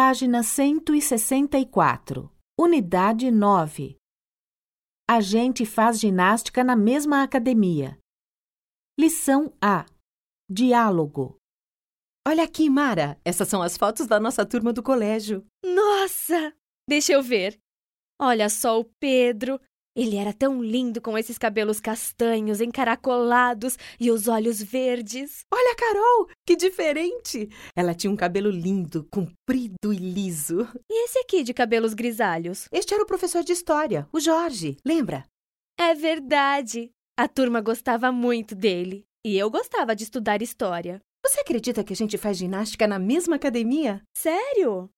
Página 164. Unidade 9. A gente faz ginástica na mesma academia. Lição A. Diálogo. Olha aqui, Mara. Essas são as fotos da nossa turma do colégio. Nossa! Deixa eu ver. Olha só o Pedro. Ele era tão lindo com esses cabelos castanhos, encaracolados e os olhos verdes. Olha a Carol, que diferente! Ela tinha um cabelo lindo, comprido e liso. E esse aqui de cabelos grisalhos? Este era o professor de história, o Jorge, lembra? É verdade! A turma gostava muito dele. E eu gostava de estudar história. Você acredita que a gente faz ginástica na mesma academia? Sério?